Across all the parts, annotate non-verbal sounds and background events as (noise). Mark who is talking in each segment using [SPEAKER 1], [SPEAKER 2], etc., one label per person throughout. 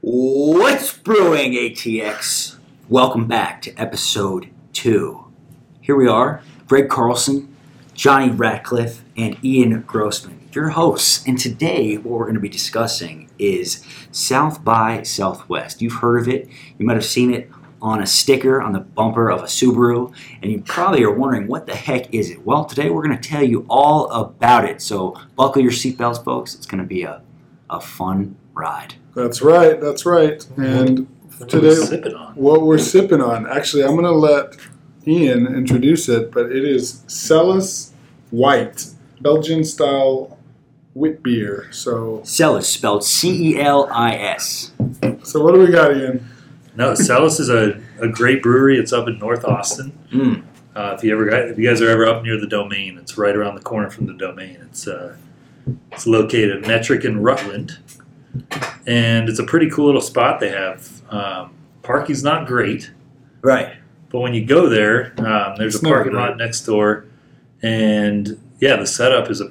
[SPEAKER 1] What's brewing, ATX? Welcome back to episode two. Here we are, Greg Carlson, Johnny Ratcliffe, and Ian Grossman, your hosts. And today, what we're going to be discussing is South by Southwest. You've heard of it, you might have seen it on a sticker on the bumper of a Subaru, and you probably are wondering what the heck is it? Well, today we're going to tell you all about it. So, buckle your seatbelts, folks. It's going to be a, a fun ride.
[SPEAKER 2] That's right. That's right. And
[SPEAKER 3] What
[SPEAKER 2] today,
[SPEAKER 3] we sipping on?
[SPEAKER 2] what we're sipping on, actually, I'm going to let Ian introduce it, but it is Cellus White, Belgian style wit beer. So,
[SPEAKER 1] Celis, spelled C E L I S.
[SPEAKER 2] so what do we got, Ian?
[SPEAKER 3] No, Salus is a, a great brewery. It's up in North Austin.
[SPEAKER 1] Mm.
[SPEAKER 3] Uh, if you ever got- if you guys are ever up near the Domain, it's right around the corner from the Domain. It's uh, it's located in Metric and Rutland, and it's a pretty cool little spot they have. Um, parking's not great,
[SPEAKER 1] Right.
[SPEAKER 3] but when you go there, um, there's
[SPEAKER 2] It's
[SPEAKER 3] a
[SPEAKER 2] never
[SPEAKER 3] parking
[SPEAKER 2] great.
[SPEAKER 3] lot next door, and yeah, the setup is a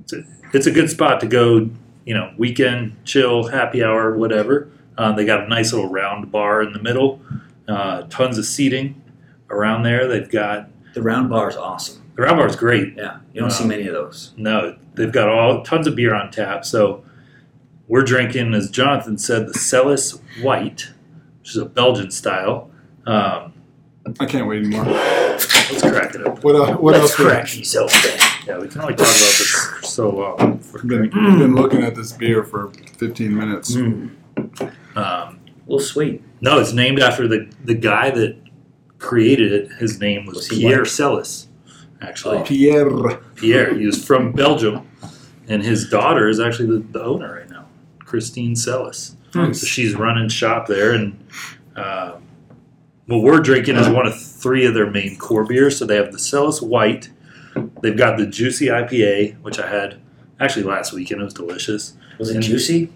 [SPEAKER 3] it's a, it's a good spot to go. You know, weekend chill, happy hour, whatever. Uh, they got a nice little round bar in the middle, uh, tons of seating around there. They've got
[SPEAKER 1] The round bar is awesome.
[SPEAKER 3] the round bar is great.
[SPEAKER 1] Yeah. You don't see many of those.
[SPEAKER 3] No, they've got all tons of beer on tap. So we're drinking, as Jonathan said, the Celis White, which is a Belgian style. Um,
[SPEAKER 2] I can't wait anymore.
[SPEAKER 3] let's crack it open.
[SPEAKER 2] What, el- what
[SPEAKER 1] Let's
[SPEAKER 2] else? we-
[SPEAKER 1] crack these open.
[SPEAKER 3] Yeah, we can only talk about this for so long.
[SPEAKER 2] I've been, been looking at this beer for 15 minutes.
[SPEAKER 1] Mm.
[SPEAKER 3] Um,
[SPEAKER 1] A little sweet.
[SPEAKER 3] no, it's named after the the guy that created it. His name was,
[SPEAKER 1] Was he
[SPEAKER 3] Pierre
[SPEAKER 1] white?
[SPEAKER 3] Celis. Actually,
[SPEAKER 1] Oh.
[SPEAKER 2] Pierre.
[SPEAKER 3] Pierre. He was from Belgium, and his daughter is actually the, the owner right now, Christine Celis. So she's running shop there, and um, what we're drinking is one of three of their main core beers. So they have the Celis White. They've got the Juicy IPA, which I had actually last weekend. It was delicious.
[SPEAKER 1] Was it
[SPEAKER 3] And-
[SPEAKER 1] juicy?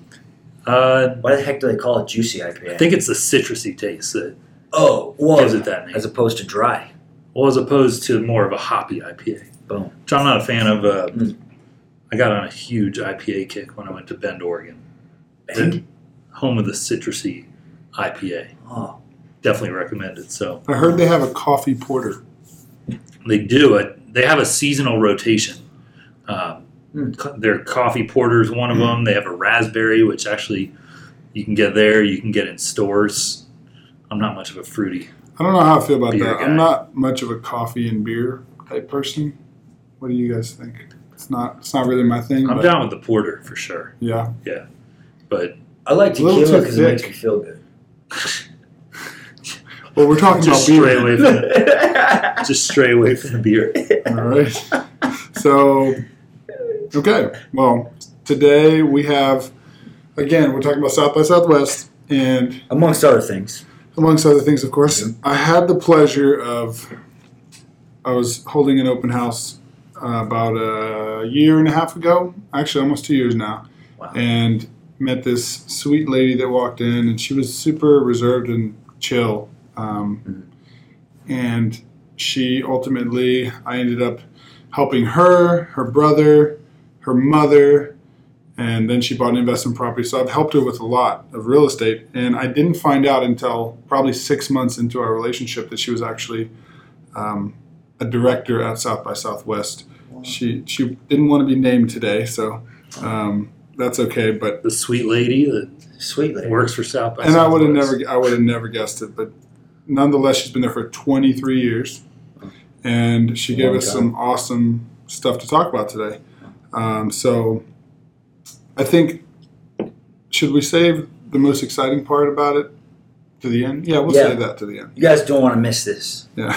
[SPEAKER 3] Uh,
[SPEAKER 1] Why the heck do they call it juicy IPA?
[SPEAKER 3] I think it's the citrusy taste that
[SPEAKER 1] oh, well,
[SPEAKER 3] gives it that name.
[SPEAKER 1] as opposed to dry.
[SPEAKER 3] well, as opposed to more of a hoppy IPA.
[SPEAKER 1] Boom.
[SPEAKER 3] Which I'm not a fan of. Uh,
[SPEAKER 1] Mm.
[SPEAKER 3] I got on a huge IPA kick when I went to Bend, Oregon,
[SPEAKER 1] Bend?
[SPEAKER 3] home of the citrusy IPA.
[SPEAKER 1] Oh,
[SPEAKER 3] Definitely recommend it. So
[SPEAKER 2] I heard they have a coffee porter.
[SPEAKER 3] they do it. They have a seasonal rotation. Um,
[SPEAKER 1] Mm.
[SPEAKER 3] co- Their coffee porters, one
[SPEAKER 1] Hmm.
[SPEAKER 3] of them. They have a raspberry, which actually you can get there. You can get in stores. I'm not much of a fruity.
[SPEAKER 2] I don't know how I feel about
[SPEAKER 3] Beer
[SPEAKER 2] that.
[SPEAKER 3] guy.
[SPEAKER 2] I'm not much of a coffee and beer type person. What do you guys think? It's not. It's not really my
[SPEAKER 1] Hmm.
[SPEAKER 2] thing.
[SPEAKER 3] I'm
[SPEAKER 2] but
[SPEAKER 3] down with the porter for sure, (laughs)
[SPEAKER 2] Yeah.
[SPEAKER 3] but
[SPEAKER 1] I like
[SPEAKER 2] A little
[SPEAKER 1] tequila
[SPEAKER 2] too
[SPEAKER 1] because it makes
[SPEAKER 2] thick.
[SPEAKER 1] me feel
[SPEAKER 2] (laughs)
[SPEAKER 1] good. (laughs)
[SPEAKER 2] Well, we're talking
[SPEAKER 3] just
[SPEAKER 2] about
[SPEAKER 3] stray
[SPEAKER 2] beer,
[SPEAKER 3] away from the, (laughs) just stray away from the beer.
[SPEAKER 2] all right? So, okay. Well, today we have, again, we're talking about South by Southwest, and
[SPEAKER 1] Amongst other things.
[SPEAKER 2] amongst other things, of course, I had the pleasure of, I was holding an open house uh, about a year and a half ago, actually almost two years now,
[SPEAKER 1] Wow.
[SPEAKER 2] and met this sweet lady that walked in, and she was super reserved and chill. Um, And she ultimately, I ended up helping her, her brother, her mother, and then she bought an investment property. So I've helped her with a lot of real estate, and I didn't find out until probably six months into our relationship that she was actually um, a director at South by Southwest. She she didn't want to be named today, so um, that's okay. But
[SPEAKER 3] The sweet lady that
[SPEAKER 1] Sweet lady.
[SPEAKER 3] works for South by
[SPEAKER 2] and I would have
[SPEAKER 3] Southwest.
[SPEAKER 2] never I would have never guessed it, but nonetheless, she's been there for 23 years, and she gave
[SPEAKER 1] Long
[SPEAKER 2] us
[SPEAKER 1] time.
[SPEAKER 2] some awesome stuff to talk about today. Um, so, I think should we save the most exciting part about it to the end? Yeah, we'll
[SPEAKER 1] Yeah.
[SPEAKER 2] save that to the end.
[SPEAKER 1] You guys don't want to miss this.
[SPEAKER 2] Yeah.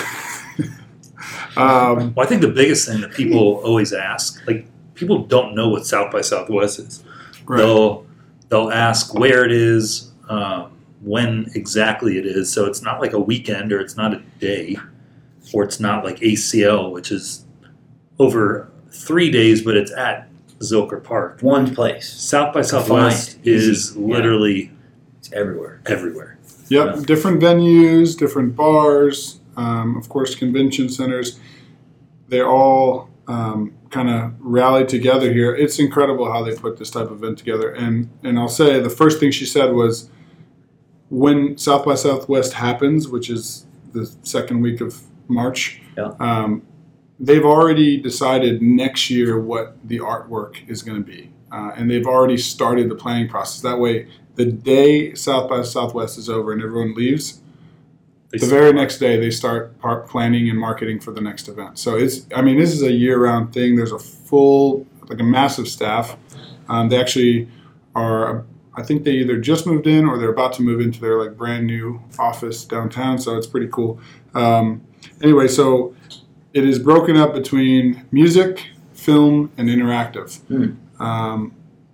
[SPEAKER 2] um, (laughs)
[SPEAKER 3] Well, I think the biggest thing that people always ask, like people don't know what South by Southwest is.
[SPEAKER 2] right.
[SPEAKER 3] They'll they'll ask where it is, um, when exactly it is. So it's not like a weekend, or it's not a day, or it's not like ACL, which is over three days, but it's at Zilker Park.
[SPEAKER 1] One place.
[SPEAKER 3] South by Southwest
[SPEAKER 1] Confined.
[SPEAKER 3] is
[SPEAKER 1] Yeah.
[SPEAKER 3] literally
[SPEAKER 1] It's everywhere.
[SPEAKER 3] everywhere.
[SPEAKER 2] Yep. Different venues, different bars, um, of course, convention centers. They all um, kind of rallied together here. It's incredible how they put this type of event together. And and I'll say the first thing she said was, when South by Southwest happens, which is the second week of March,
[SPEAKER 1] Yeah.
[SPEAKER 2] um, they've already decided next year what the artwork is going to be, uh, and they've already started the planning process. That way, the day South by Southwest is over and everyone leaves,
[SPEAKER 3] They
[SPEAKER 2] the very next day they start par- planning and marketing for the next event so it's i mean this is a year-round thing there's a full like a massive staff um, they actually are i think they either just moved in or they're about to move into their like brand new office downtown so it's pretty cool um, anyway so it is broken up between music film and interactive um,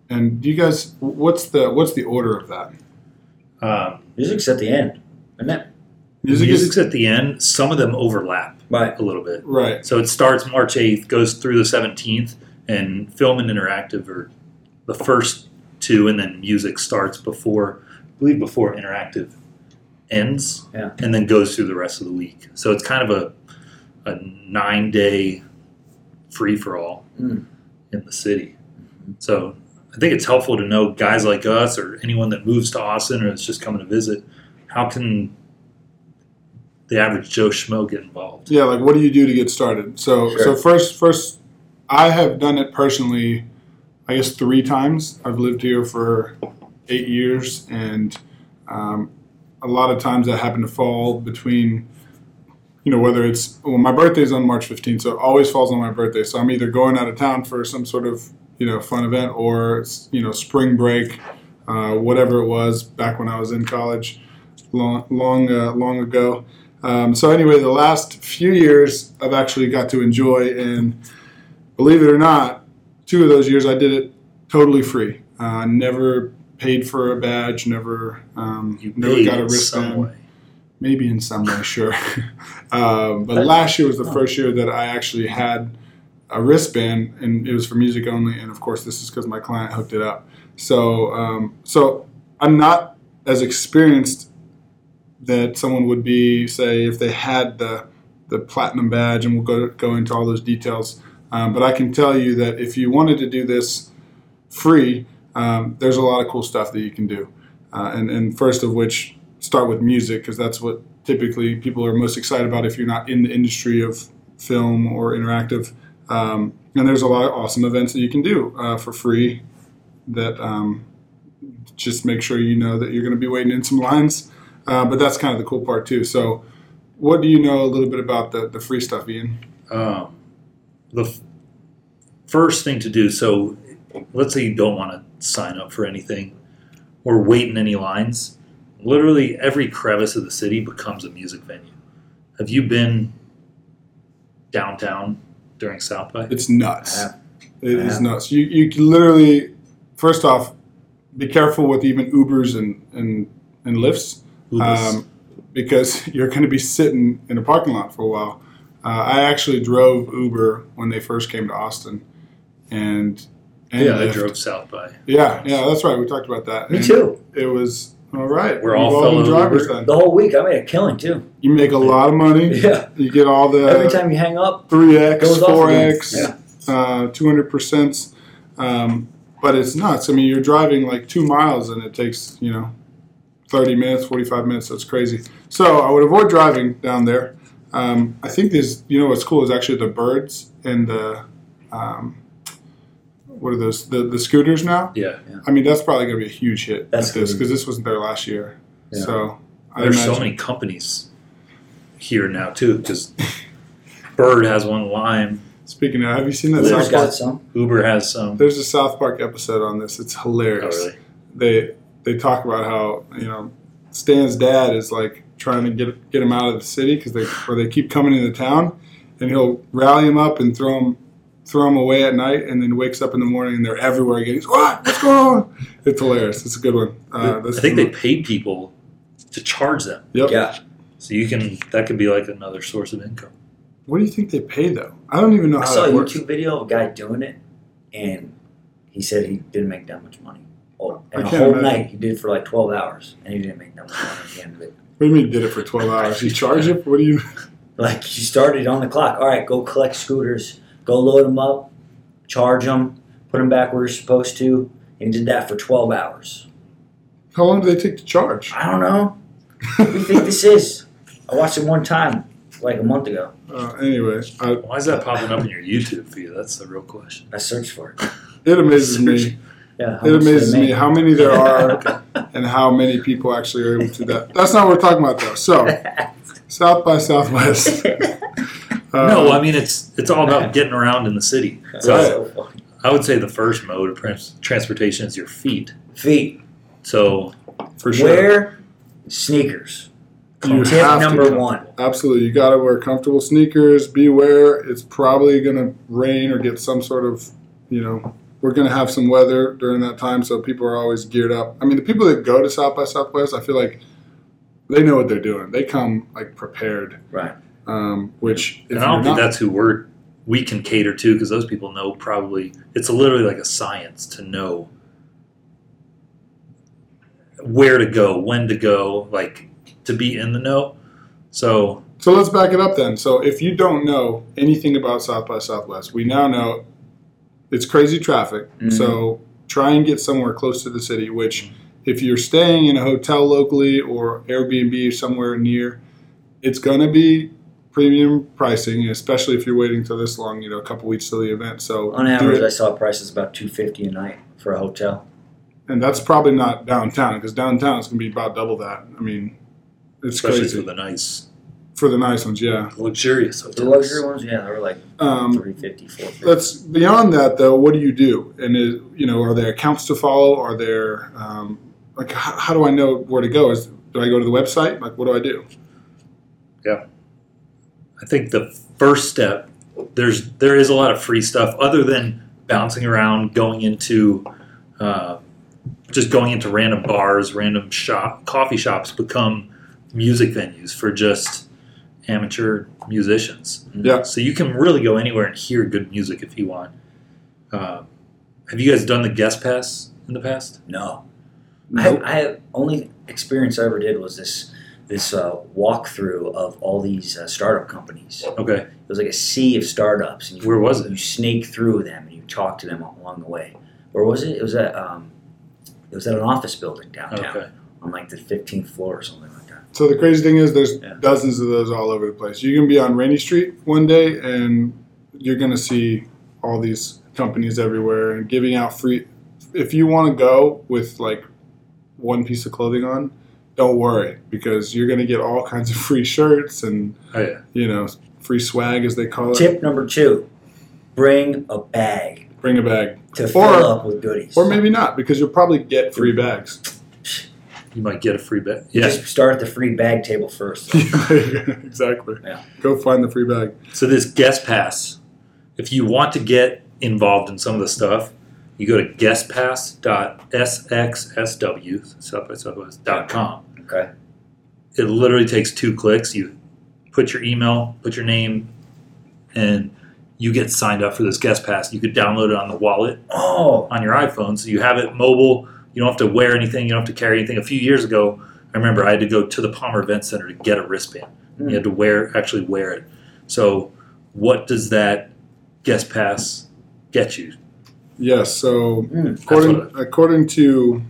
[SPEAKER 2] and you guys what's the what's the order of that
[SPEAKER 3] um,
[SPEAKER 1] Music's at the end, isn't it?
[SPEAKER 2] music
[SPEAKER 3] music's
[SPEAKER 2] is
[SPEAKER 3] at the end. Some of them overlap
[SPEAKER 1] Right.
[SPEAKER 3] a little bit.
[SPEAKER 2] right
[SPEAKER 3] So it starts March 8th, goes through the 17th, and film and interactive are the first two, and then music starts before, I believe, before interactive ends,
[SPEAKER 1] Yeah.
[SPEAKER 3] and then goes through the rest of the week. So it's kind of a, a nine day free for all
[SPEAKER 1] Mm.
[SPEAKER 3] in the city. So I think it's helpful to know guys like us or anyone that moves to Austin or is just coming to visit, how can the average Joe Schmo get involved?
[SPEAKER 2] Yeah, like what do you do to get started? So
[SPEAKER 1] Sure.
[SPEAKER 2] so first first I have done it personally I guess three times. I've lived here for eight years and um, a lot of times that happened to fall between you know whether it's well my birthday's on March 15th so it always falls on my birthday so I'm either going out of town for some sort of you know fun event or you know spring break uh, whatever it was back when I was in college long long uh, long ago um, so anyway, the last few years I've actually got to enjoy, and believe it or not, two of those years I did it totally free. Uh, never paid for a badge, never um,
[SPEAKER 3] you
[SPEAKER 2] never
[SPEAKER 3] paid
[SPEAKER 2] got a
[SPEAKER 3] in some
[SPEAKER 2] wristband.
[SPEAKER 3] way.
[SPEAKER 2] Maybe in some way, sure. um, but last year was the first year that I actually had a wristband, and it was for music only. And of course, this is because my client hooked it up. So, um, so I'm not as experienced that someone would be, say, if they had the the platinum badge, and we'll go go into all those details. Um, but I can tell you that if you wanted to do this free, um, there's a lot of cool stuff that you can do. Uh, and and first of which, start with music because that's what typically people are most excited about if you're not in the industry of film or interactive. Um, and there's a lot of awesome events that you can do uh, for free. That um, just make sure you know that you're going to be waiting in some lines. Uh, but that's kind of the cool part too. So, what do you know a little bit about the, the free stuff, Ian?
[SPEAKER 3] um, the f- first thing to do so let's say you don't want to sign up for anything or wait in any lines literally every crevice of the city becomes a music venue have you been downtown during south by
[SPEAKER 2] It's nuts.
[SPEAKER 1] Yeah.
[SPEAKER 2] It is
[SPEAKER 1] Yeah.
[SPEAKER 2] nuts. You you can literally, first off, be careful with even Ubers and and and lifts.
[SPEAKER 3] Ubers.
[SPEAKER 2] um, because (laughs) you're going to be sitting in a parking lot for a while. Uh, I actually drove Uber when they first came to Austin, and, and
[SPEAKER 3] yeah i
[SPEAKER 2] Lyft.
[SPEAKER 3] drove south by
[SPEAKER 2] Yeah, yeah, that's right. We talked about that.
[SPEAKER 1] Me
[SPEAKER 2] And
[SPEAKER 1] too.
[SPEAKER 2] It was all right.
[SPEAKER 3] We're
[SPEAKER 2] We've
[SPEAKER 3] all
[SPEAKER 2] been
[SPEAKER 3] fellow
[SPEAKER 2] drivers
[SPEAKER 3] Uber.
[SPEAKER 2] then.
[SPEAKER 1] The whole week, I made a killing too. (laughs)
[SPEAKER 2] You make a lot of
[SPEAKER 3] (laughs)
[SPEAKER 2] money.
[SPEAKER 1] Yeah.
[SPEAKER 2] You get all
[SPEAKER 1] Every
[SPEAKER 2] the
[SPEAKER 1] time you hang up,
[SPEAKER 2] three
[SPEAKER 1] it
[SPEAKER 2] x,
[SPEAKER 1] goes off.
[SPEAKER 2] four
[SPEAKER 1] again.
[SPEAKER 2] x, uh, two hundred percent. um, But it's nuts. I mean, you're driving like two miles and it takes you know thirty minutes, forty five minutes. That's crazy. So I would avoid driving down there. Um, I think there's you know what's cool is actually the birds and the um, what are those the the scooters now.
[SPEAKER 3] yeah
[SPEAKER 2] I mean, that's probably going to be a huge hit
[SPEAKER 1] That's
[SPEAKER 2] at this
[SPEAKER 1] good.
[SPEAKER 2] because this wasn't there last year.
[SPEAKER 1] Yeah.
[SPEAKER 2] So I
[SPEAKER 3] there's
[SPEAKER 2] imagine
[SPEAKER 3] so many companies here now too because
[SPEAKER 2] (laughs)
[SPEAKER 3] bird has one lime
[SPEAKER 2] Speaking of, have you seen
[SPEAKER 1] Yeah.
[SPEAKER 2] that
[SPEAKER 1] Uber's
[SPEAKER 2] South Park?
[SPEAKER 1] got some.
[SPEAKER 3] uber has some
[SPEAKER 2] There's a South Park episode on this. It's
[SPEAKER 3] oh,
[SPEAKER 2] hilarious.
[SPEAKER 3] really?
[SPEAKER 2] They they talk about how you know Stan's dad is like trying to get get him out of the city because they or they keep coming into town, and he'll rally him up and throw him throw him away at night, and then wakes up in the morning and they're everywhere again. He's what? What's going on? It's hilarious. It's a good one. Uh,
[SPEAKER 3] i
[SPEAKER 2] this
[SPEAKER 3] think they
[SPEAKER 2] is-
[SPEAKER 3] pay people to charge them
[SPEAKER 2] Yep.
[SPEAKER 1] Yeah.
[SPEAKER 3] So you can that could be like another source of income.
[SPEAKER 2] What do you think they pay though? I don't even know
[SPEAKER 1] I
[SPEAKER 2] how
[SPEAKER 1] saw a
[SPEAKER 2] that works.
[SPEAKER 1] YouTube video of a guy doing it, and he said he didn't make that much money. Oh,
[SPEAKER 2] I
[SPEAKER 1] and a
[SPEAKER 2] can't
[SPEAKER 1] whole
[SPEAKER 2] imagine.
[SPEAKER 1] night he did it for like 12 hours and he didn't make number one at the end of it.
[SPEAKER 2] What do you mean did it for 12 hours? You charge it? What do you.
[SPEAKER 1] Like he started on the clock. All right, go collect scooters, go load them up, charge them, put them back where you're supposed to. And he did that for 12 hours.
[SPEAKER 2] How long do they take to charge?
[SPEAKER 1] I don't know. What do you think this is? I watched it one time like a month ago.
[SPEAKER 2] (laughs) uh, anyway, I,
[SPEAKER 3] Why is that popping up in your YouTube feed? That's the real question.
[SPEAKER 1] I searched for it.
[SPEAKER 2] it amazes me.
[SPEAKER 1] Yeah, how
[SPEAKER 2] It
[SPEAKER 1] much do they
[SPEAKER 2] amazes me
[SPEAKER 1] make?
[SPEAKER 2] how many there are and how many people actually are able to do that. That's not what we're talking about, though. So, South
[SPEAKER 1] (laughs)
[SPEAKER 2] by Southwest. Uh,
[SPEAKER 3] no, I mean it's it's all about getting around in the city.
[SPEAKER 1] (laughs)
[SPEAKER 3] (laughs)
[SPEAKER 1] That's
[SPEAKER 3] So
[SPEAKER 1] so funny.
[SPEAKER 3] I, I would say the first mode of trans- transportation is your feet.
[SPEAKER 1] Feet.
[SPEAKER 3] So
[SPEAKER 2] for sure.
[SPEAKER 1] Wear sneakers.
[SPEAKER 2] You
[SPEAKER 1] Tip
[SPEAKER 2] have to
[SPEAKER 1] number
[SPEAKER 2] come.
[SPEAKER 1] one.
[SPEAKER 2] Absolutely. You got to wear comfortable sneakers. Beware. It's probably going to rain or get some sort of, you know, we're going to have some weather during that time. So people are always geared up. I mean, the people that go to South by Southwest, I feel like they know what they're doing. They come like prepared.
[SPEAKER 1] Right.
[SPEAKER 2] Um, which, if
[SPEAKER 3] and I don't
[SPEAKER 2] you're
[SPEAKER 3] think
[SPEAKER 2] not-
[SPEAKER 3] that's who we're we can cater to because those people know probably it's literally like a science to know where to go, when to go, like to be in the know. So
[SPEAKER 2] So let's back it up then. So if you don't know anything about South by Southwest, we now know it's crazy traffic.
[SPEAKER 1] Mhm.
[SPEAKER 2] So try and get somewhere close to the city, which if you're staying in a hotel locally or Airbnb somewhere near, it's going to be premium pricing, especially if you're waiting till this long, you know, a couple weeks till the event. So
[SPEAKER 1] On
[SPEAKER 2] do
[SPEAKER 1] average,
[SPEAKER 2] it.
[SPEAKER 1] I saw prices about 250 a night for a hotel.
[SPEAKER 2] and that's probably not downtown because downtown is going to be about double that. I mean, it's
[SPEAKER 3] especially
[SPEAKER 2] crazy
[SPEAKER 3] with a nice
[SPEAKER 2] for the nice ones, yeah.
[SPEAKER 3] luxurious
[SPEAKER 1] The
[SPEAKER 3] hotel.
[SPEAKER 1] luxury ones, yeah, they were like
[SPEAKER 2] Um,
[SPEAKER 1] 350, 450.
[SPEAKER 2] That's beyond that, though. What do you do? And is, you know, are there accounts to follow? Are there um, like how, how do I know where to go? Is do I go to the website? Like what do I do?
[SPEAKER 3] I think the first step there's there is a lot of free stuff other than bouncing around, going into uh, just going into random bars, random shop coffee shops become music venues for just amateur musicians.
[SPEAKER 2] Yeah.
[SPEAKER 3] So you can really go anywhere and hear good music if you want. Uh, have you guys done the guest pass in the past?
[SPEAKER 1] No.
[SPEAKER 2] Nope.
[SPEAKER 1] I, I only experience I ever did was this this uh, walkthrough of all these uh, startup companies. It
[SPEAKER 3] Okay,
[SPEAKER 1] was like a sea of startups, and you,
[SPEAKER 3] where was
[SPEAKER 1] you
[SPEAKER 3] it?
[SPEAKER 1] snake through them and you talk to them along the way. Where was it? It was at um, it was at an office building downtown
[SPEAKER 3] Okay,
[SPEAKER 1] on like the 15th floor or something like that.
[SPEAKER 2] So the crazy thing is, there's
[SPEAKER 1] Yeah.
[SPEAKER 2] dozens of those all over the place. You can be on Rainy Street one day, and you're gonna see all these companies everywhere and giving out free. If you want to go with like one piece of clothing on, don't worry because you're gonna get all kinds of (laughs) free shirts and
[SPEAKER 3] oh yeah,
[SPEAKER 2] you know free swag as they call it.
[SPEAKER 1] Tip number two: bring a bag
[SPEAKER 2] Bring a bag.
[SPEAKER 1] to
[SPEAKER 2] Or-
[SPEAKER 1] fill up with goodies.
[SPEAKER 2] Or maybe not, because you'll probably get free bags.
[SPEAKER 3] you might get a free bet.
[SPEAKER 1] You
[SPEAKER 3] Yeah,
[SPEAKER 1] Just start at the free bag table
[SPEAKER 3] (laughs)
[SPEAKER 1] first.
[SPEAKER 2] (laughs) exactly.
[SPEAKER 1] Yeah.
[SPEAKER 2] Go find the free bag.
[SPEAKER 3] So this guest pass, if you want to get involved in some of the stuff, you go to guestpass.sxsw South by Southwest dot com.
[SPEAKER 1] Okay.
[SPEAKER 3] It literally takes two clicks. You put your email, put your name, and you get signed up for this guest pass. You could download it on the wallet
[SPEAKER 1] Oh,
[SPEAKER 3] on your iPhone, so you have it mobile. You don't have to wear anything. You don't have to carry anything. A few years ago, I remember I had to go to the Palmer Event Center to get a wristband. You had to wear actually wear it. So, what does that guest pass get you?
[SPEAKER 2] Yes. So
[SPEAKER 1] Mm,
[SPEAKER 2] according
[SPEAKER 3] what
[SPEAKER 2] according to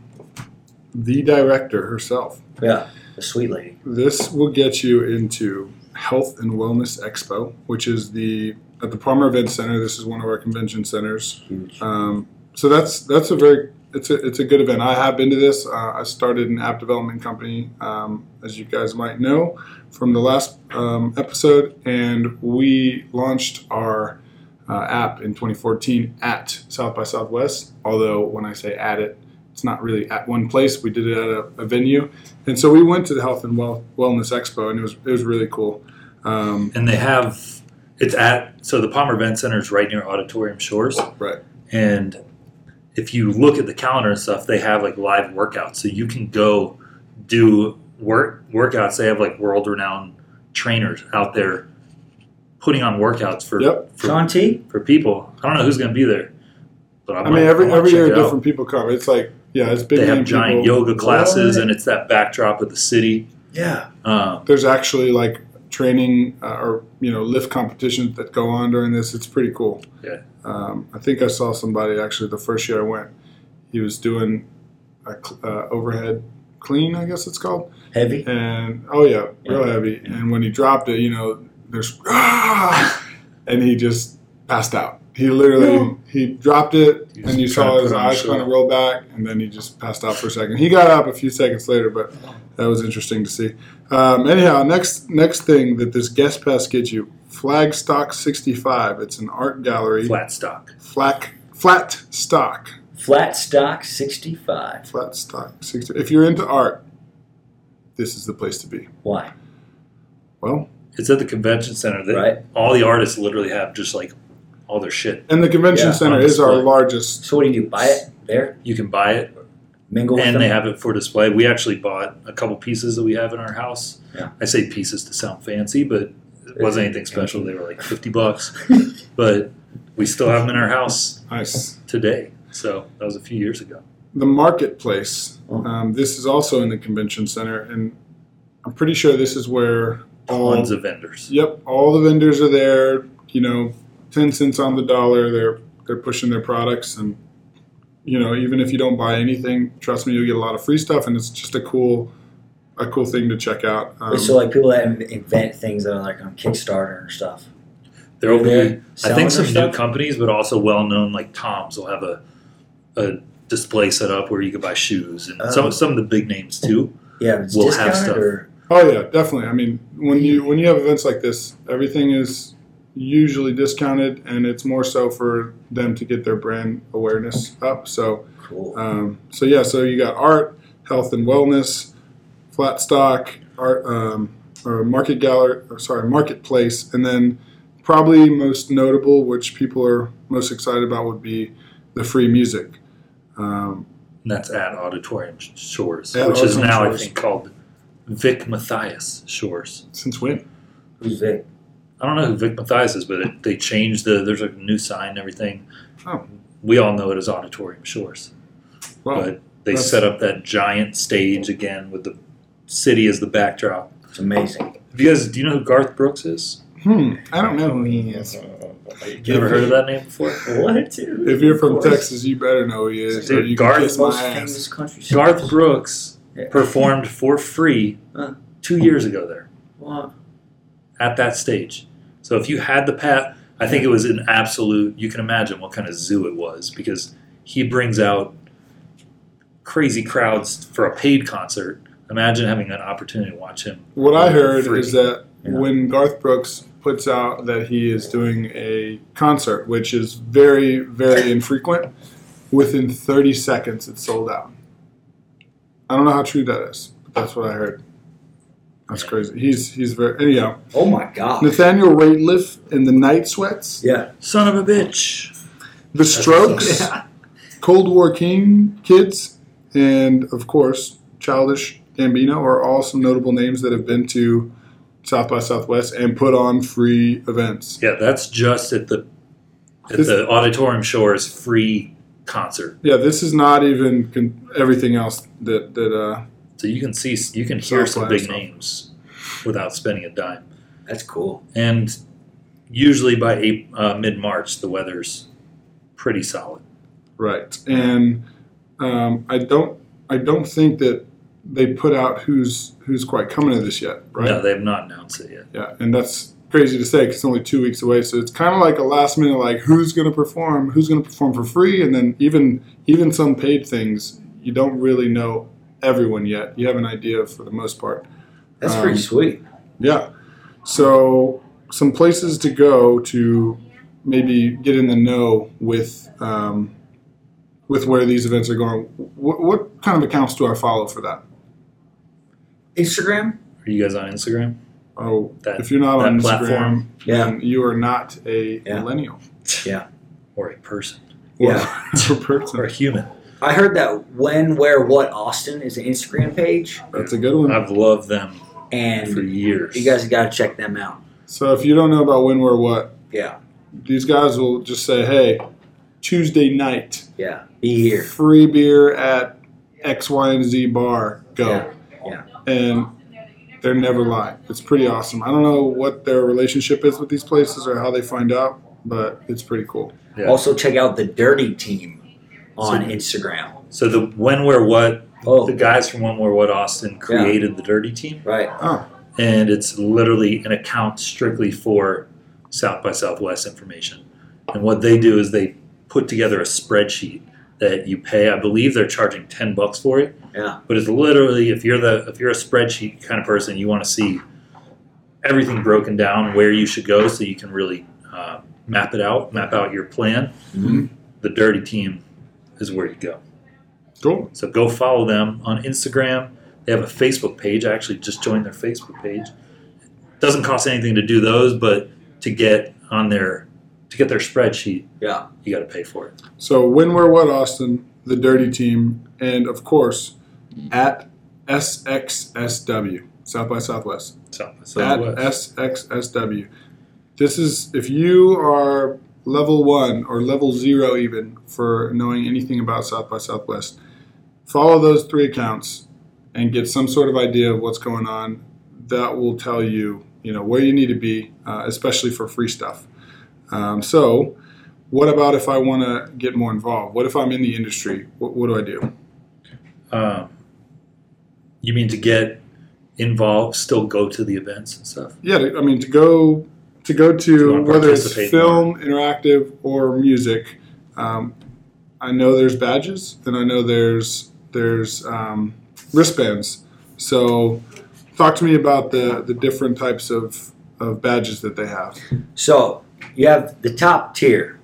[SPEAKER 2] the director herself,
[SPEAKER 1] yeah, the sweet lady.
[SPEAKER 2] this will get you into Health and Wellness Expo, which is the at the Palmer Event Center. This is one of our convention centers.
[SPEAKER 1] Huge.
[SPEAKER 2] Um, so that's that's a very it's a it's a good event. I have been to this. Uh, I started an app development company, um, as you guys might know from the last um, episode, and we launched our uh, app in 2014 at South by Southwest. Although when I say at it, it's not really at one place. We did it at a, a venue, and so we went to the Health and well, Wellness Expo, and it was it was really cool. Um,
[SPEAKER 3] And they have it's at so the Palmer Event Center is right near Auditorium Shores.
[SPEAKER 2] Right.
[SPEAKER 3] And if you look at the calendar and stuff, they have like live workouts, so you can go do work workouts. They have like world renowned trainers out there putting on workouts for
[SPEAKER 2] Yep.
[SPEAKER 3] for,
[SPEAKER 1] John T.
[SPEAKER 3] for people. I don't know who's going to be there, but I,
[SPEAKER 2] I
[SPEAKER 3] might-
[SPEAKER 2] mean, every
[SPEAKER 3] might
[SPEAKER 2] every
[SPEAKER 3] check
[SPEAKER 2] year
[SPEAKER 3] it out.
[SPEAKER 2] different people come. It's like Yeah, it's big
[SPEAKER 3] They have
[SPEAKER 2] name
[SPEAKER 3] giant
[SPEAKER 2] people.
[SPEAKER 3] yoga classes,
[SPEAKER 2] What?
[SPEAKER 3] and it's that backdrop of the city.
[SPEAKER 2] yeah,
[SPEAKER 3] Um,
[SPEAKER 2] there's actually like training uh, or you know lift competitions that go on during this. It's pretty cool.
[SPEAKER 3] Yeah.
[SPEAKER 2] um, I think I saw somebody actually the first year I went. He was doing a cl- uh, overhead clean, I guess it's called,
[SPEAKER 1] Heavy.
[SPEAKER 2] and oh yeah, real heavy.
[SPEAKER 1] Yeah.
[SPEAKER 2] And when he dropped it, you know, there's ah! and he just passed out. He literally
[SPEAKER 1] No.
[SPEAKER 2] he dropped it,
[SPEAKER 3] He was
[SPEAKER 2] and you
[SPEAKER 3] trying
[SPEAKER 2] saw
[SPEAKER 3] to
[SPEAKER 2] his
[SPEAKER 3] put on a
[SPEAKER 2] eyes
[SPEAKER 3] show.
[SPEAKER 2] kind of roll back, and then he just passed out for a second. He got up a few seconds later, but that was interesting to see. Um, anyhow, next next thing that this guest pass gets you, Flagstock sixty five. It's an art gallery,
[SPEAKER 3] flat stock.
[SPEAKER 2] flat flat stock,
[SPEAKER 1] Flat stock 65.
[SPEAKER 2] flat stock sixty. If you're into art, this is the place to be.
[SPEAKER 1] Why?
[SPEAKER 2] Well,
[SPEAKER 3] It's at the convention center. That
[SPEAKER 1] Right.
[SPEAKER 3] All the artists literally have just like all their shit.
[SPEAKER 2] And the convention
[SPEAKER 1] Yeah,
[SPEAKER 2] center
[SPEAKER 3] on
[SPEAKER 2] is our
[SPEAKER 3] display.
[SPEAKER 2] largest.
[SPEAKER 1] So what do you do? Buy it there?
[SPEAKER 3] You can buy it,
[SPEAKER 1] Mingle with
[SPEAKER 3] and
[SPEAKER 1] them?
[SPEAKER 3] they have it for display. We actually bought a couple pieces that we have in our house.
[SPEAKER 1] Yeah.
[SPEAKER 3] I say pieces to sound fancy, but it wasn't anything special. They were like fifty bucks,
[SPEAKER 1] (laughs)
[SPEAKER 3] but we still have them in our house
[SPEAKER 2] Nice.
[SPEAKER 3] today. So that was a few years ago.
[SPEAKER 2] The marketplace.
[SPEAKER 1] Oh.
[SPEAKER 2] Um, this is also in the convention center, and I'm pretty sure this is where all.
[SPEAKER 3] Tons of vendors.
[SPEAKER 2] Yep, all the vendors are there. You know, ten cents on the dollar. They're they're pushing their products, and you know, even if you don't buy anything, trust me, you'll get a lot of free stuff, and it's just a cool, a cool thing to check out. Um,
[SPEAKER 1] so like people that invent things that are like on Kickstarter and stuff.
[SPEAKER 3] There will
[SPEAKER 1] They're
[SPEAKER 3] be,
[SPEAKER 1] there
[SPEAKER 3] I
[SPEAKER 1] selling
[SPEAKER 3] think, some
[SPEAKER 1] their
[SPEAKER 3] new
[SPEAKER 1] stuff?
[SPEAKER 3] companies, but also well-known like Tom's will have a a display set up where you could buy shoes and
[SPEAKER 1] Oh.
[SPEAKER 3] some some of the big names too.
[SPEAKER 1] Yeah, it's
[SPEAKER 3] will have
[SPEAKER 1] discounted
[SPEAKER 3] stuff.
[SPEAKER 1] or
[SPEAKER 2] Oh yeah, definitely. I mean, when you when you have events like this, everything is usually discounted, and it's more so for them to get their brand awareness up. So,
[SPEAKER 1] cool.
[SPEAKER 2] um, so yeah, so you got art, health and wellness, flat stock, art, um, or market gallery, or sorry, marketplace, and then probably most notable, which people are most excited about, would be the free music. Um,
[SPEAKER 3] And that's at Auditorium Sh- Shores,
[SPEAKER 2] At
[SPEAKER 3] which is
[SPEAKER 2] Auditorium
[SPEAKER 3] now
[SPEAKER 2] Shores.
[SPEAKER 3] I think called Vic Matthias Shores.
[SPEAKER 2] since when?
[SPEAKER 1] Who's Vic?
[SPEAKER 3] I don't know who Vic Matthias is, but it, they changed the. There's a new sign and everything.
[SPEAKER 2] Oh.
[SPEAKER 3] We all know it as Auditorium Shores,
[SPEAKER 2] Wow.
[SPEAKER 3] but they
[SPEAKER 2] That's-
[SPEAKER 3] set up that giant stage again with the city as the backdrop.
[SPEAKER 1] It's amazing.
[SPEAKER 3] If you guys, do you know who Garth Brooks is?
[SPEAKER 2] Hmm. I don't know who he is.
[SPEAKER 3] You ever heard of that name
[SPEAKER 2] (laughs)
[SPEAKER 3] before?
[SPEAKER 1] What? dude?
[SPEAKER 2] If you're
[SPEAKER 1] Of
[SPEAKER 2] from
[SPEAKER 1] course.
[SPEAKER 2] Texas, you better know who he is. or
[SPEAKER 3] Dude,
[SPEAKER 2] you
[SPEAKER 3] Garth
[SPEAKER 2] can kiss
[SPEAKER 1] Most
[SPEAKER 2] my
[SPEAKER 1] famous
[SPEAKER 2] ass.
[SPEAKER 1] country singer.
[SPEAKER 3] Garth Brooks
[SPEAKER 1] Yeah.
[SPEAKER 3] performed for free
[SPEAKER 1] Huh.
[SPEAKER 3] two years ago there
[SPEAKER 1] Wow.
[SPEAKER 3] at that stage. So if you had the pat, I think it was an absolute. You can imagine what kind of zoo it was because he brings out crazy crowds for a paid concert. Imagine having an opportunity to watch him.
[SPEAKER 2] What I heard
[SPEAKER 3] Free.
[SPEAKER 2] is that
[SPEAKER 1] Yeah.
[SPEAKER 2] when Garth Brooks puts out that he is doing a concert, which is very, very infrequent, within 30 seconds it's sold out. I don't know how true that is, but that's what I heard. That's
[SPEAKER 3] Yeah.
[SPEAKER 2] crazy. He's he's very anyhow.
[SPEAKER 1] Oh my god.
[SPEAKER 2] Nathaniel Rateliff and the Night Sweats,
[SPEAKER 1] Yeah.
[SPEAKER 3] Son of a bitch.
[SPEAKER 2] The Strokes, Cold War King Kids, and of course Childish Gambino are all some notable names that have been to South by Southwest and put on free events.
[SPEAKER 3] Yeah, that's just at the at
[SPEAKER 2] This-
[SPEAKER 3] the auditorium shores free concert.
[SPEAKER 2] Yeah, this is not even con- everything else that that uh,
[SPEAKER 3] So you can see you can hear some big
[SPEAKER 2] Southwest.
[SPEAKER 3] names without spending a dime.
[SPEAKER 1] That's cool.
[SPEAKER 3] and usually by Ap- uh, mid March the weather's pretty solid.
[SPEAKER 2] right. And um, I don't I don't think that they put out who's who's quite coming to this yet, right?
[SPEAKER 3] No, they have not announced it yet.
[SPEAKER 2] Yeah, and that's crazy to say 'cause it's only two weeks away. So it's kind of like a last minute, like who's going to perform, who's going to perform for free, and then even even some paid things, you don't really know everyone yet. You have an idea for the most part.
[SPEAKER 1] That's
[SPEAKER 2] Um,
[SPEAKER 1] pretty sweet.
[SPEAKER 2] Yeah. So some places to go to maybe get in the know with um, with where these events are going. What, what kind of accounts do I follow for that?
[SPEAKER 1] Instagram?
[SPEAKER 3] Are you guys on Instagram?
[SPEAKER 2] Oh,
[SPEAKER 3] That
[SPEAKER 2] if you're not
[SPEAKER 3] that
[SPEAKER 2] on Instagram,
[SPEAKER 3] platform.
[SPEAKER 1] Yeah.
[SPEAKER 2] then you are not a
[SPEAKER 1] Yeah.
[SPEAKER 2] millennial.
[SPEAKER 3] or a person
[SPEAKER 2] Or-
[SPEAKER 1] Yeah.
[SPEAKER 2] or (laughs) person.
[SPEAKER 3] or a human?
[SPEAKER 1] I heard that when, where, what Austin is an Instagram page,
[SPEAKER 2] That's a good one.
[SPEAKER 3] I've loved them for
[SPEAKER 1] and
[SPEAKER 3] years.
[SPEAKER 1] you guys got to check them out.
[SPEAKER 2] So if you don't know about when we're what,
[SPEAKER 1] Yeah,
[SPEAKER 2] these guys will just say, "Hey, Tuesday night,
[SPEAKER 1] yeah. Be here.
[SPEAKER 2] free beer at X, Y, and Z bar. Go.
[SPEAKER 1] Yeah. Yeah.
[SPEAKER 2] And they're never lying. It's pretty awesome. I don't know what their relationship is with these places or how they find out, but it's pretty cool.
[SPEAKER 3] Yeah.
[SPEAKER 1] Also, check out the Dirty Team on Instagram.
[SPEAKER 3] So the when, where, what
[SPEAKER 1] Oh,
[SPEAKER 3] the guys from When, Where, What Austin created the Dirty Team,
[SPEAKER 1] right.
[SPEAKER 2] Oh,
[SPEAKER 3] and it's literally an account strictly for South by Southwest information. And what they do is they put together a spreadsheet that you pay. I believe they're charging ten bucks for it.
[SPEAKER 1] Yeah.
[SPEAKER 3] But it's literally if you're the if you're a spreadsheet kind of person, you want to see everything broken down, where you should go, so you can really uh, map it out, map out your plan.
[SPEAKER 2] Mm-hmm.
[SPEAKER 1] Mhm.
[SPEAKER 3] The Dirty Team is where you go.
[SPEAKER 2] cool.
[SPEAKER 3] So go follow them on Instagram. They have a Facebook page. I actually just joined their Facebook page. Doesn't cost anything to do those, but to get on their to get their spreadsheet,
[SPEAKER 1] Yeah.
[SPEAKER 3] you got to pay for it.
[SPEAKER 2] So when, where, what, Austin, the Dirty Team, and of course, at SXSW, South by Southwest.
[SPEAKER 3] So, so
[SPEAKER 2] at SXSW. This is if you are level one or level zero even for knowing anything about South by Southwest, follow those three accounts and get some sort of idea of what's going on. That will tell you, you know, where you need to be, uh, especially for free stuff. Um, so, what about if I want to get more involved? What if I'm in the industry? What, what do I do?
[SPEAKER 3] um, you mean to get involved, still go to the events and stuff?
[SPEAKER 2] Yeah, to- I mean to go to go
[SPEAKER 3] you
[SPEAKER 2] to
[SPEAKER 3] wanna
[SPEAKER 2] whether it's
[SPEAKER 3] participate
[SPEAKER 2] film, interactive, or music. Um, I know there's badges, and I know there's there's um, wristbands. So, talk to me about the the different types of of badges that they have.
[SPEAKER 1] So you have the top tier,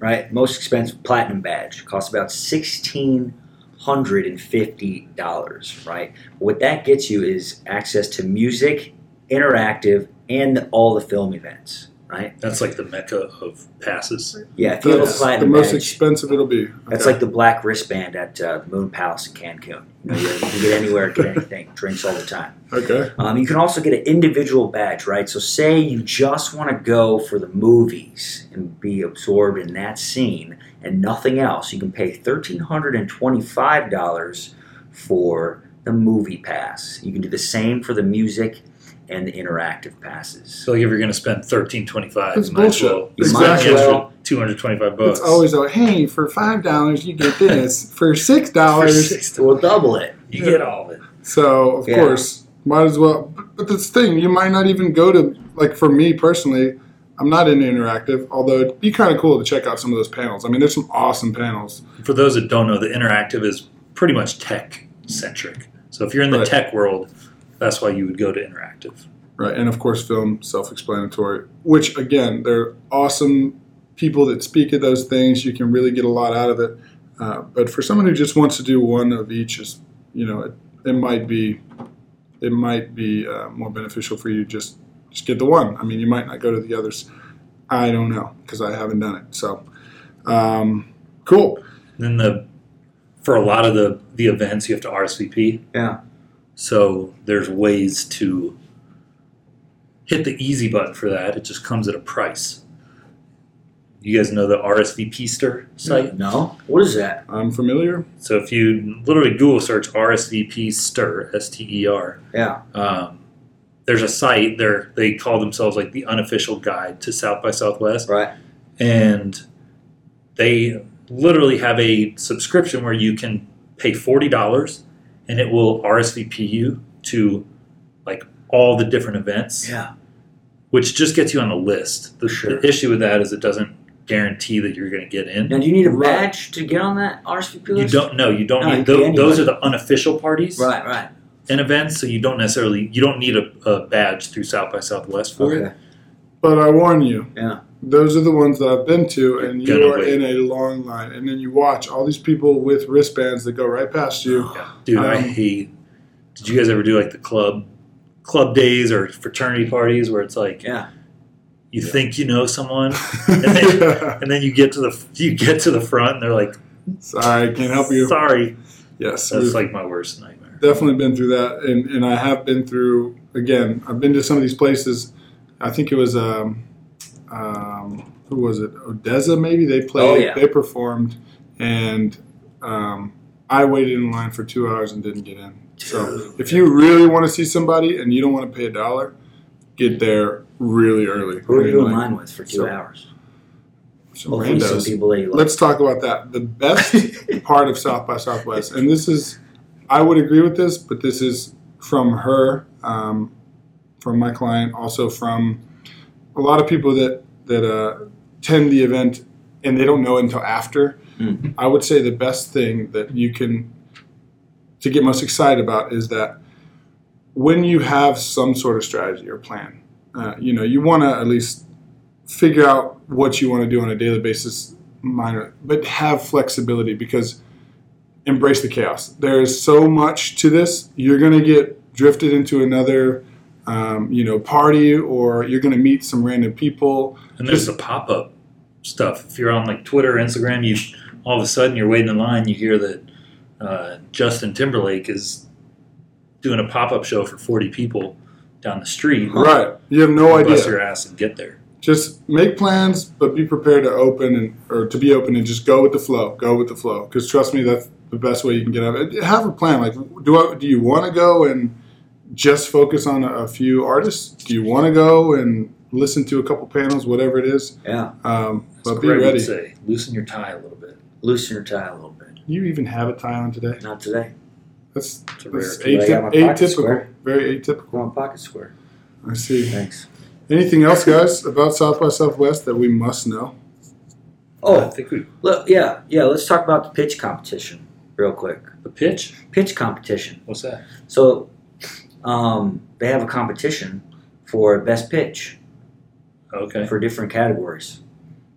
[SPEAKER 1] right? Most expensive platinum badge costs about sixteen hundred and fifty dollars, right? What that gets you is access to music, interactive, and all the film events, right?
[SPEAKER 3] That's like the mecca of passes.
[SPEAKER 1] Yeah, if you have a
[SPEAKER 2] That's the
[SPEAKER 1] platinum
[SPEAKER 2] most
[SPEAKER 1] badge,
[SPEAKER 2] expensive it'll be.
[SPEAKER 1] that's
[SPEAKER 2] Okay.
[SPEAKER 1] like the black wristband at uh, Moon Palace in Cancun. You, know, you can get anywhere, get anything, drinks all the time.
[SPEAKER 2] okay,
[SPEAKER 1] Um, you can also get an individual badge, right? So, say you just want to go for the movies and be absorbed in that scene and nothing else, you can pay $1,325 for the movie pass. You can do the same for the music and the interactive passes.
[SPEAKER 3] So like if you're going to spend thirteen twenty five,
[SPEAKER 2] That's
[SPEAKER 3] you might as
[SPEAKER 2] bullshit.
[SPEAKER 3] well
[SPEAKER 1] You
[SPEAKER 2] might as
[SPEAKER 1] well.
[SPEAKER 3] two hundred twenty five bucks.
[SPEAKER 2] it's always like, hey, for five dollars you get this, for six dollars
[SPEAKER 1] So, we'll double it.
[SPEAKER 3] You get all of it.
[SPEAKER 2] So of
[SPEAKER 1] Yeah.
[SPEAKER 2] course, might as well. But, but this thing, you might not even go to. Like for me personally, I'm not into interactive. Although it'd be kind of cool to check out some of those panels. I mean, there's some awesome panels.
[SPEAKER 3] For those that don't know, the interactive is pretty much tech centric. So if you're in the
[SPEAKER 2] Right.
[SPEAKER 3] tech world, that's why you would go to interactive.
[SPEAKER 2] Right, and of course, film self-explanatory. Which again, they're awesome people that speak at those things. You can really get a lot out of it. Uh, but for someone who just wants to do one of each, is you know, it, it might be, it might be uh, more beneficial for you just just get the one. I mean, you might not go to the others. I don't know because I haven't done it. So, um, cool.
[SPEAKER 3] Then the for a lot of the the events, you have to RSVP.
[SPEAKER 1] Yeah.
[SPEAKER 3] So there's ways to hit the easy button for that. It just comes at a price. You guys know the RSVPster site.
[SPEAKER 1] No? What is that?
[SPEAKER 2] I'm familiar.
[SPEAKER 3] So if you literally Google search RSVP STIR, S T E R,
[SPEAKER 1] Yeah.
[SPEAKER 3] um, there's a site. They they call themselves like the unofficial guide to South by Southwest,
[SPEAKER 1] Right.
[SPEAKER 3] and they literally have a subscription where you can pay forty dollars, and it will RSVP you to like all the different events,
[SPEAKER 1] Yeah.
[SPEAKER 3] which just gets you on the list. The,
[SPEAKER 1] Sure.
[SPEAKER 3] the issue with that is it doesn't guarantee that you're going to get in.
[SPEAKER 1] Now, do you need a
[SPEAKER 2] Right.
[SPEAKER 1] badge to get on that RSVP
[SPEAKER 3] You
[SPEAKER 1] list?
[SPEAKER 3] don't know. You don't
[SPEAKER 1] No,
[SPEAKER 3] need
[SPEAKER 1] you
[SPEAKER 3] tho-
[SPEAKER 1] can
[SPEAKER 3] those are
[SPEAKER 1] anyway.
[SPEAKER 3] the unofficial parties.
[SPEAKER 1] Right, right.
[SPEAKER 3] and events, so you don't necessarily you don't need a, a badge through South by Southwest for it.
[SPEAKER 1] Okay.
[SPEAKER 2] But I warn you,
[SPEAKER 1] Yeah.
[SPEAKER 2] those are the ones that I've been to, and you
[SPEAKER 3] Gonna
[SPEAKER 2] are
[SPEAKER 3] wait.
[SPEAKER 2] in a long line. And then you watch all these people with wristbands that go right past
[SPEAKER 3] (laughs)
[SPEAKER 2] you. (laughs)
[SPEAKER 3] Yeah. Dude, I
[SPEAKER 2] Um,
[SPEAKER 3] hate. Did you guys ever do like the club club days or fraternity parties where it's like
[SPEAKER 1] Yeah.
[SPEAKER 3] you think you know someone then-
[SPEAKER 2] Yeah.
[SPEAKER 3] and then you get to the you get to the front and they're like
[SPEAKER 2] Sorry, can't help you.
[SPEAKER 3] sorry
[SPEAKER 2] Yes,
[SPEAKER 3] that's
[SPEAKER 2] we've
[SPEAKER 3] like my worst nightmare.
[SPEAKER 2] definitely been through that, and, and I have been through again. I've been to some of these places. I think it was um, um, who
[SPEAKER 3] Oh,
[SPEAKER 2] was it? Odessa, maybe they played.
[SPEAKER 1] yeah.
[SPEAKER 2] They performed, and um, I waited in line for two hours and didn't get in. So if you really want to see somebody and you don't want to pay a dollar, get there really early.
[SPEAKER 1] Who
[SPEAKER 2] I
[SPEAKER 1] are
[SPEAKER 2] mean,
[SPEAKER 1] you in
[SPEAKER 2] like,
[SPEAKER 1] line with for two
[SPEAKER 2] so-
[SPEAKER 1] hours?
[SPEAKER 2] some
[SPEAKER 1] Hopefully, some
[SPEAKER 2] randos.
[SPEAKER 1] people that you like.
[SPEAKER 2] Let's talk about that. The best part of South by Southwest, and this is, I would agree with this, but this is from her, um, from my client, also from a lot of people that that uh, attend the event and they don't know until after.
[SPEAKER 1] Mm.
[SPEAKER 2] I would say the best thing that you can to get most excited about is that when you have some sort of strategy or plan, uh, you know, you want to at least figure out what you want to do on a daily basis minor, but have flexibility because embrace the chaos. There is so much to this. You're going to get drifted into another, um, you know, party, or you're going to meet some random people.
[SPEAKER 3] And there's the pop up stuff. If you're on like Twitter, Instagram, you all of a sudden you're waiting in line. You hear that uh, Justin Timberlake is doing a pop up show for 40 people down the street.
[SPEAKER 2] Right. You have no idea.
[SPEAKER 3] Bust your ass and get there.
[SPEAKER 2] just make plans, but be prepared to open and or to be open and just go with the flow. Go with the flow, because trust me, that's the best way you can get out of it. Have a plan. Like, do I, do you want to go and just focus on a, a few artists? Do you want to go and listen to a couple panels, whatever it is?
[SPEAKER 1] Yeah,
[SPEAKER 2] Um,
[SPEAKER 3] That's
[SPEAKER 2] but
[SPEAKER 3] what
[SPEAKER 2] be
[SPEAKER 3] Greg would
[SPEAKER 2] ready.
[SPEAKER 3] Say. Loosen your tie a little bit.
[SPEAKER 1] (laughs) loosen your tie a little bit.
[SPEAKER 2] You even have a tie on today.
[SPEAKER 1] Not today.
[SPEAKER 2] That's,
[SPEAKER 3] It's a rare.
[SPEAKER 2] that's
[SPEAKER 1] rare- Yeah, I
[SPEAKER 2] atyp-
[SPEAKER 1] got my pocket
[SPEAKER 2] atypical.
[SPEAKER 1] square.
[SPEAKER 2] Very atypical.
[SPEAKER 1] Go on pocket square.
[SPEAKER 2] I see.
[SPEAKER 1] Thanks.
[SPEAKER 2] Anything else, guys, about South by Southwest that we must know?
[SPEAKER 3] I
[SPEAKER 1] Oh,
[SPEAKER 3] think we,
[SPEAKER 1] look, yeah, yeah. Let's talk about the pitch competition real quick.
[SPEAKER 3] the pitch.
[SPEAKER 1] Pitch competition.
[SPEAKER 3] What's that?
[SPEAKER 1] So, um, they have a competition for best pitch
[SPEAKER 3] Okay.
[SPEAKER 1] for different categories.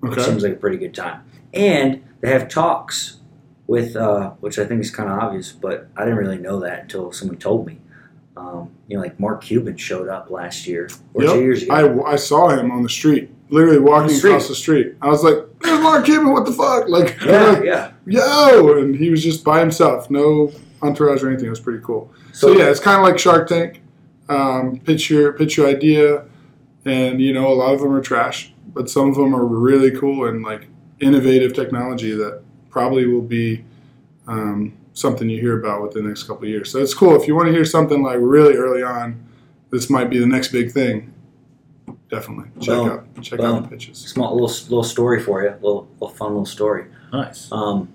[SPEAKER 1] It
[SPEAKER 2] Okay.
[SPEAKER 1] seems like a pretty good time. And they have talks with, uh, which I think is kind of obvious, but I didn't really know that until someone told me. Um, you know, like Mark Cuban showed up last year or
[SPEAKER 2] Yep.
[SPEAKER 1] two years ago.
[SPEAKER 2] I, I saw him on the street, literally walking
[SPEAKER 1] the street.
[SPEAKER 2] across the street. I was like, "There's Mark Cuban. What the fuck?" Like, (laughs)
[SPEAKER 1] yeah, yeah.
[SPEAKER 2] yo, and he was just by himself, no entourage or anything. It was pretty cool. So,
[SPEAKER 1] So,
[SPEAKER 2] yeah, it's kind of like Shark Tank. Um, pitch your pitch your idea, and you know a lot of them are trash, but some of them are really cool and like innovative technology that probably will be um, something you hear about within the next couple of years. So it's cool if you want to hear something like really early on. This might be the next big thing. Definitely check
[SPEAKER 1] Boom.
[SPEAKER 2] out check out
[SPEAKER 1] Boom.
[SPEAKER 2] the pitches.
[SPEAKER 1] small little little story for you, little, little fun little story.
[SPEAKER 3] Nice.
[SPEAKER 1] Um,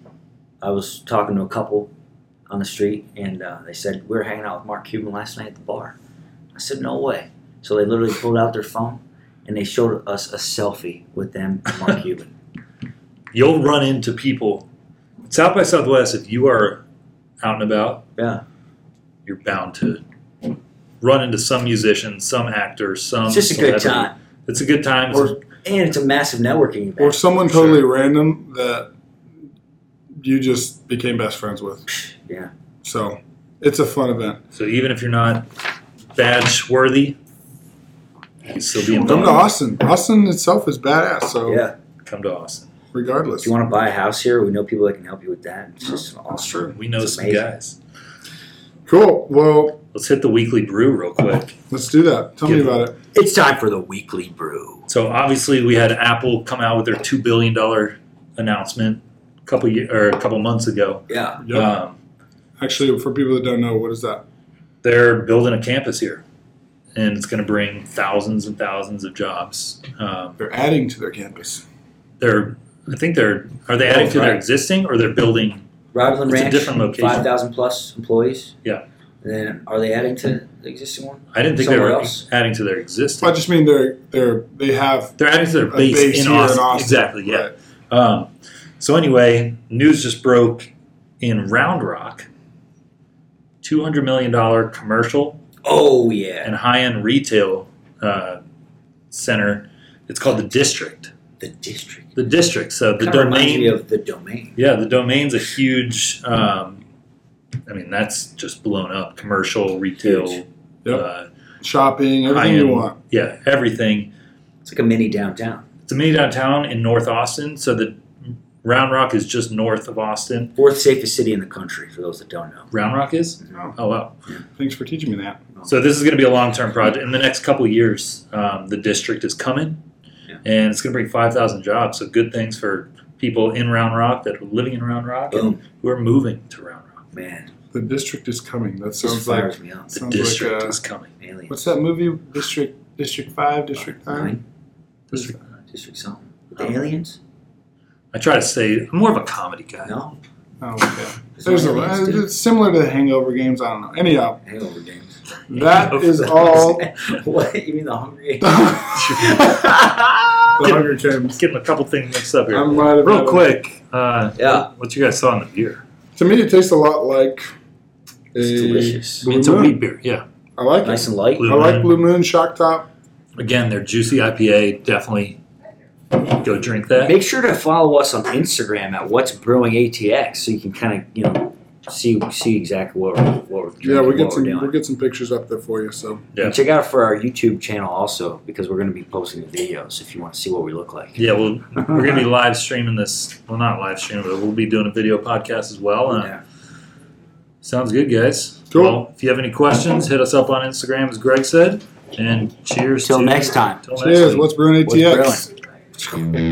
[SPEAKER 1] I was talking to a couple on the street, and uh, they said we were hanging out with Mark Cuban last night at the bar. I said, "No way!" So they literally pulled out their phone and they showed us a selfie with them and Mark Cuban.
[SPEAKER 3] You'll run into people. South by Southwest, if you are out and about,
[SPEAKER 1] Yeah.
[SPEAKER 3] you're bound to run into some musician, some actor, some.
[SPEAKER 1] It's just a good
[SPEAKER 3] celebrity.
[SPEAKER 1] time.
[SPEAKER 3] It's a good time. It's
[SPEAKER 2] Or-
[SPEAKER 1] And it's a massive networking event.
[SPEAKER 2] Or someone
[SPEAKER 3] For sure.
[SPEAKER 2] totally random that you just became best friends with.
[SPEAKER 1] yeah.
[SPEAKER 2] So it's a fun event.
[SPEAKER 3] So even if you're not badge worthy, you can still be
[SPEAKER 2] Come to
[SPEAKER 3] involved.
[SPEAKER 2] Austin. Austin itself is badass. So
[SPEAKER 1] yeah.
[SPEAKER 3] Come to Austin.
[SPEAKER 2] regardless,
[SPEAKER 1] If you want to buy a house here, we know people that can help you with that. It's just an
[SPEAKER 2] that's
[SPEAKER 1] awesome.
[SPEAKER 2] true.
[SPEAKER 3] We know
[SPEAKER 1] It's
[SPEAKER 3] some
[SPEAKER 1] amazing.
[SPEAKER 3] guys.
[SPEAKER 2] Cool. Well,
[SPEAKER 3] Let's hit the weekly brew real quick.
[SPEAKER 2] let's do that. Tell me
[SPEAKER 3] Give-
[SPEAKER 2] about it.
[SPEAKER 1] It's time for the weekly brew.
[SPEAKER 3] So obviously we had Apple come out with their two billion dollar announcement a couple ye- or a couple months ago.
[SPEAKER 1] Yeah.
[SPEAKER 2] Yep.
[SPEAKER 3] Um,
[SPEAKER 2] Actually, for people that don't know, what is that?
[SPEAKER 3] they're building a campus here, and it's going to bring thousands and thousands of jobs. Um,
[SPEAKER 2] They're adding to their campus.
[SPEAKER 3] they're I think they're are they adding to their
[SPEAKER 1] Right.
[SPEAKER 3] existing or they're building?
[SPEAKER 1] Rockland
[SPEAKER 3] It's a
[SPEAKER 1] Ranch.
[SPEAKER 3] different location.
[SPEAKER 1] Five thousand plus employees.
[SPEAKER 3] Yeah.
[SPEAKER 1] And then are they adding to the existing one?
[SPEAKER 3] I didn't think they
[SPEAKER 1] Somewhere
[SPEAKER 3] were
[SPEAKER 1] else.
[SPEAKER 3] adding to their
[SPEAKER 2] I
[SPEAKER 3] existing.
[SPEAKER 2] just mean they're they're they have
[SPEAKER 3] They're adding to their
[SPEAKER 2] a
[SPEAKER 3] base,
[SPEAKER 2] base
[SPEAKER 3] in,
[SPEAKER 2] here
[SPEAKER 3] Austin.
[SPEAKER 2] in Austin.
[SPEAKER 3] Exactly. Yeah.
[SPEAKER 2] Right.
[SPEAKER 3] Um, so anyway, news just broke in Round Rock. Two hundred million dollar commercial
[SPEAKER 1] Oh yeah.
[SPEAKER 3] and high end retail uh, center. It's called the District.
[SPEAKER 1] The district.
[SPEAKER 3] The District. So the
[SPEAKER 1] Kinda reminds
[SPEAKER 3] domain.
[SPEAKER 1] me of the domain.
[SPEAKER 3] yeah, the domain's a huge. Um, I mean, that's just blown up. Commercial, retail.
[SPEAKER 1] Huge.
[SPEAKER 2] Yep.
[SPEAKER 3] Uh,
[SPEAKER 2] shopping, everything you
[SPEAKER 3] High-end.
[SPEAKER 2] want.
[SPEAKER 3] yeah, everything.
[SPEAKER 1] It's like a mini downtown.
[SPEAKER 3] It's a mini downtown in North Austin, so the Round Rock is just north of Austin.
[SPEAKER 1] Fourth safest city in the country for those that don't know.
[SPEAKER 3] Round Rock is?
[SPEAKER 2] Oh,
[SPEAKER 3] Oh wow!
[SPEAKER 2] thanks for teaching me that.
[SPEAKER 3] So this is going to be a long-term project. In the next couple of years, um, the district is coming,
[SPEAKER 1] Yeah.
[SPEAKER 3] and it's going to bring five thousand jobs. So good things for people in Round Rock that are living in Round Rock and
[SPEAKER 1] Boom.
[SPEAKER 3] who are moving to Round Rock.
[SPEAKER 1] man,
[SPEAKER 2] The district is coming. That
[SPEAKER 1] this
[SPEAKER 2] sounds like
[SPEAKER 1] fires me up.
[SPEAKER 3] The
[SPEAKER 2] Sounds like,
[SPEAKER 3] district
[SPEAKER 2] uh,
[SPEAKER 3] is coming.
[SPEAKER 1] Aliens.
[SPEAKER 2] what's that movie? District District Five, District Nine.
[SPEAKER 1] Nine? District, district something. With the
[SPEAKER 3] Oh.
[SPEAKER 1] aliens?
[SPEAKER 3] I try to say I'm more of a comedy guy.
[SPEAKER 1] No.
[SPEAKER 2] Oh, okay.
[SPEAKER 1] There's no
[SPEAKER 2] There's a
[SPEAKER 1] aliens, dude.
[SPEAKER 2] it's similar to the Hangover games. I don't know.
[SPEAKER 3] (laughs)
[SPEAKER 2] Anyhow, (laughs)
[SPEAKER 1] Hangover games.
[SPEAKER 2] that is all.
[SPEAKER 1] (laughs) what? You mean the
[SPEAKER 2] (laughs)
[SPEAKER 1] Hungry?
[SPEAKER 2] the Hunger Games.
[SPEAKER 3] Getting a couple things mixed up here.
[SPEAKER 2] I'm glad about
[SPEAKER 3] Real
[SPEAKER 2] it.
[SPEAKER 3] quick, uh,
[SPEAKER 1] Yeah.
[SPEAKER 3] what you guys saw in the beer?
[SPEAKER 2] To me, it tastes a lot like. A
[SPEAKER 1] It's delicious.
[SPEAKER 3] I mean,
[SPEAKER 2] Blue
[SPEAKER 3] it's a
[SPEAKER 2] Moon.
[SPEAKER 3] wheat beer, yeah.
[SPEAKER 2] I like it.
[SPEAKER 1] Nice and light.
[SPEAKER 3] Blue
[SPEAKER 2] I like
[SPEAKER 3] Moon.
[SPEAKER 2] Blue Moon Shock Top.
[SPEAKER 3] Again, they're juicy IPA. Definitely go drink that.
[SPEAKER 1] Make sure to follow us on Instagram at What's Brewing ATX so you can kind of you know see see exactly what we're, what we're drinking,
[SPEAKER 2] Yeah, we
[SPEAKER 1] what
[SPEAKER 2] get some.
[SPEAKER 1] we're
[SPEAKER 2] We'll
[SPEAKER 1] doing.
[SPEAKER 2] get some pictures up there for you. So
[SPEAKER 3] Yeah.
[SPEAKER 1] And check out for our YouTube channel also because we're going to be posting the videos if you want to see what we look like.
[SPEAKER 3] Yeah, well, we're gonna be live streaming this. Well, not live streaming, but we'll be doing a video podcast as well. Uh,
[SPEAKER 1] Yeah.
[SPEAKER 3] Sounds good, guys.
[SPEAKER 2] Cool.
[SPEAKER 3] Well, if you have any questions, hit us up on Instagram, as Greg said. And cheers.
[SPEAKER 1] Till
[SPEAKER 3] to-
[SPEAKER 1] next time.
[SPEAKER 3] Till next
[SPEAKER 2] cheers.
[SPEAKER 3] week.
[SPEAKER 2] What's brewing
[SPEAKER 1] What's
[SPEAKER 2] ATX?
[SPEAKER 1] brewing?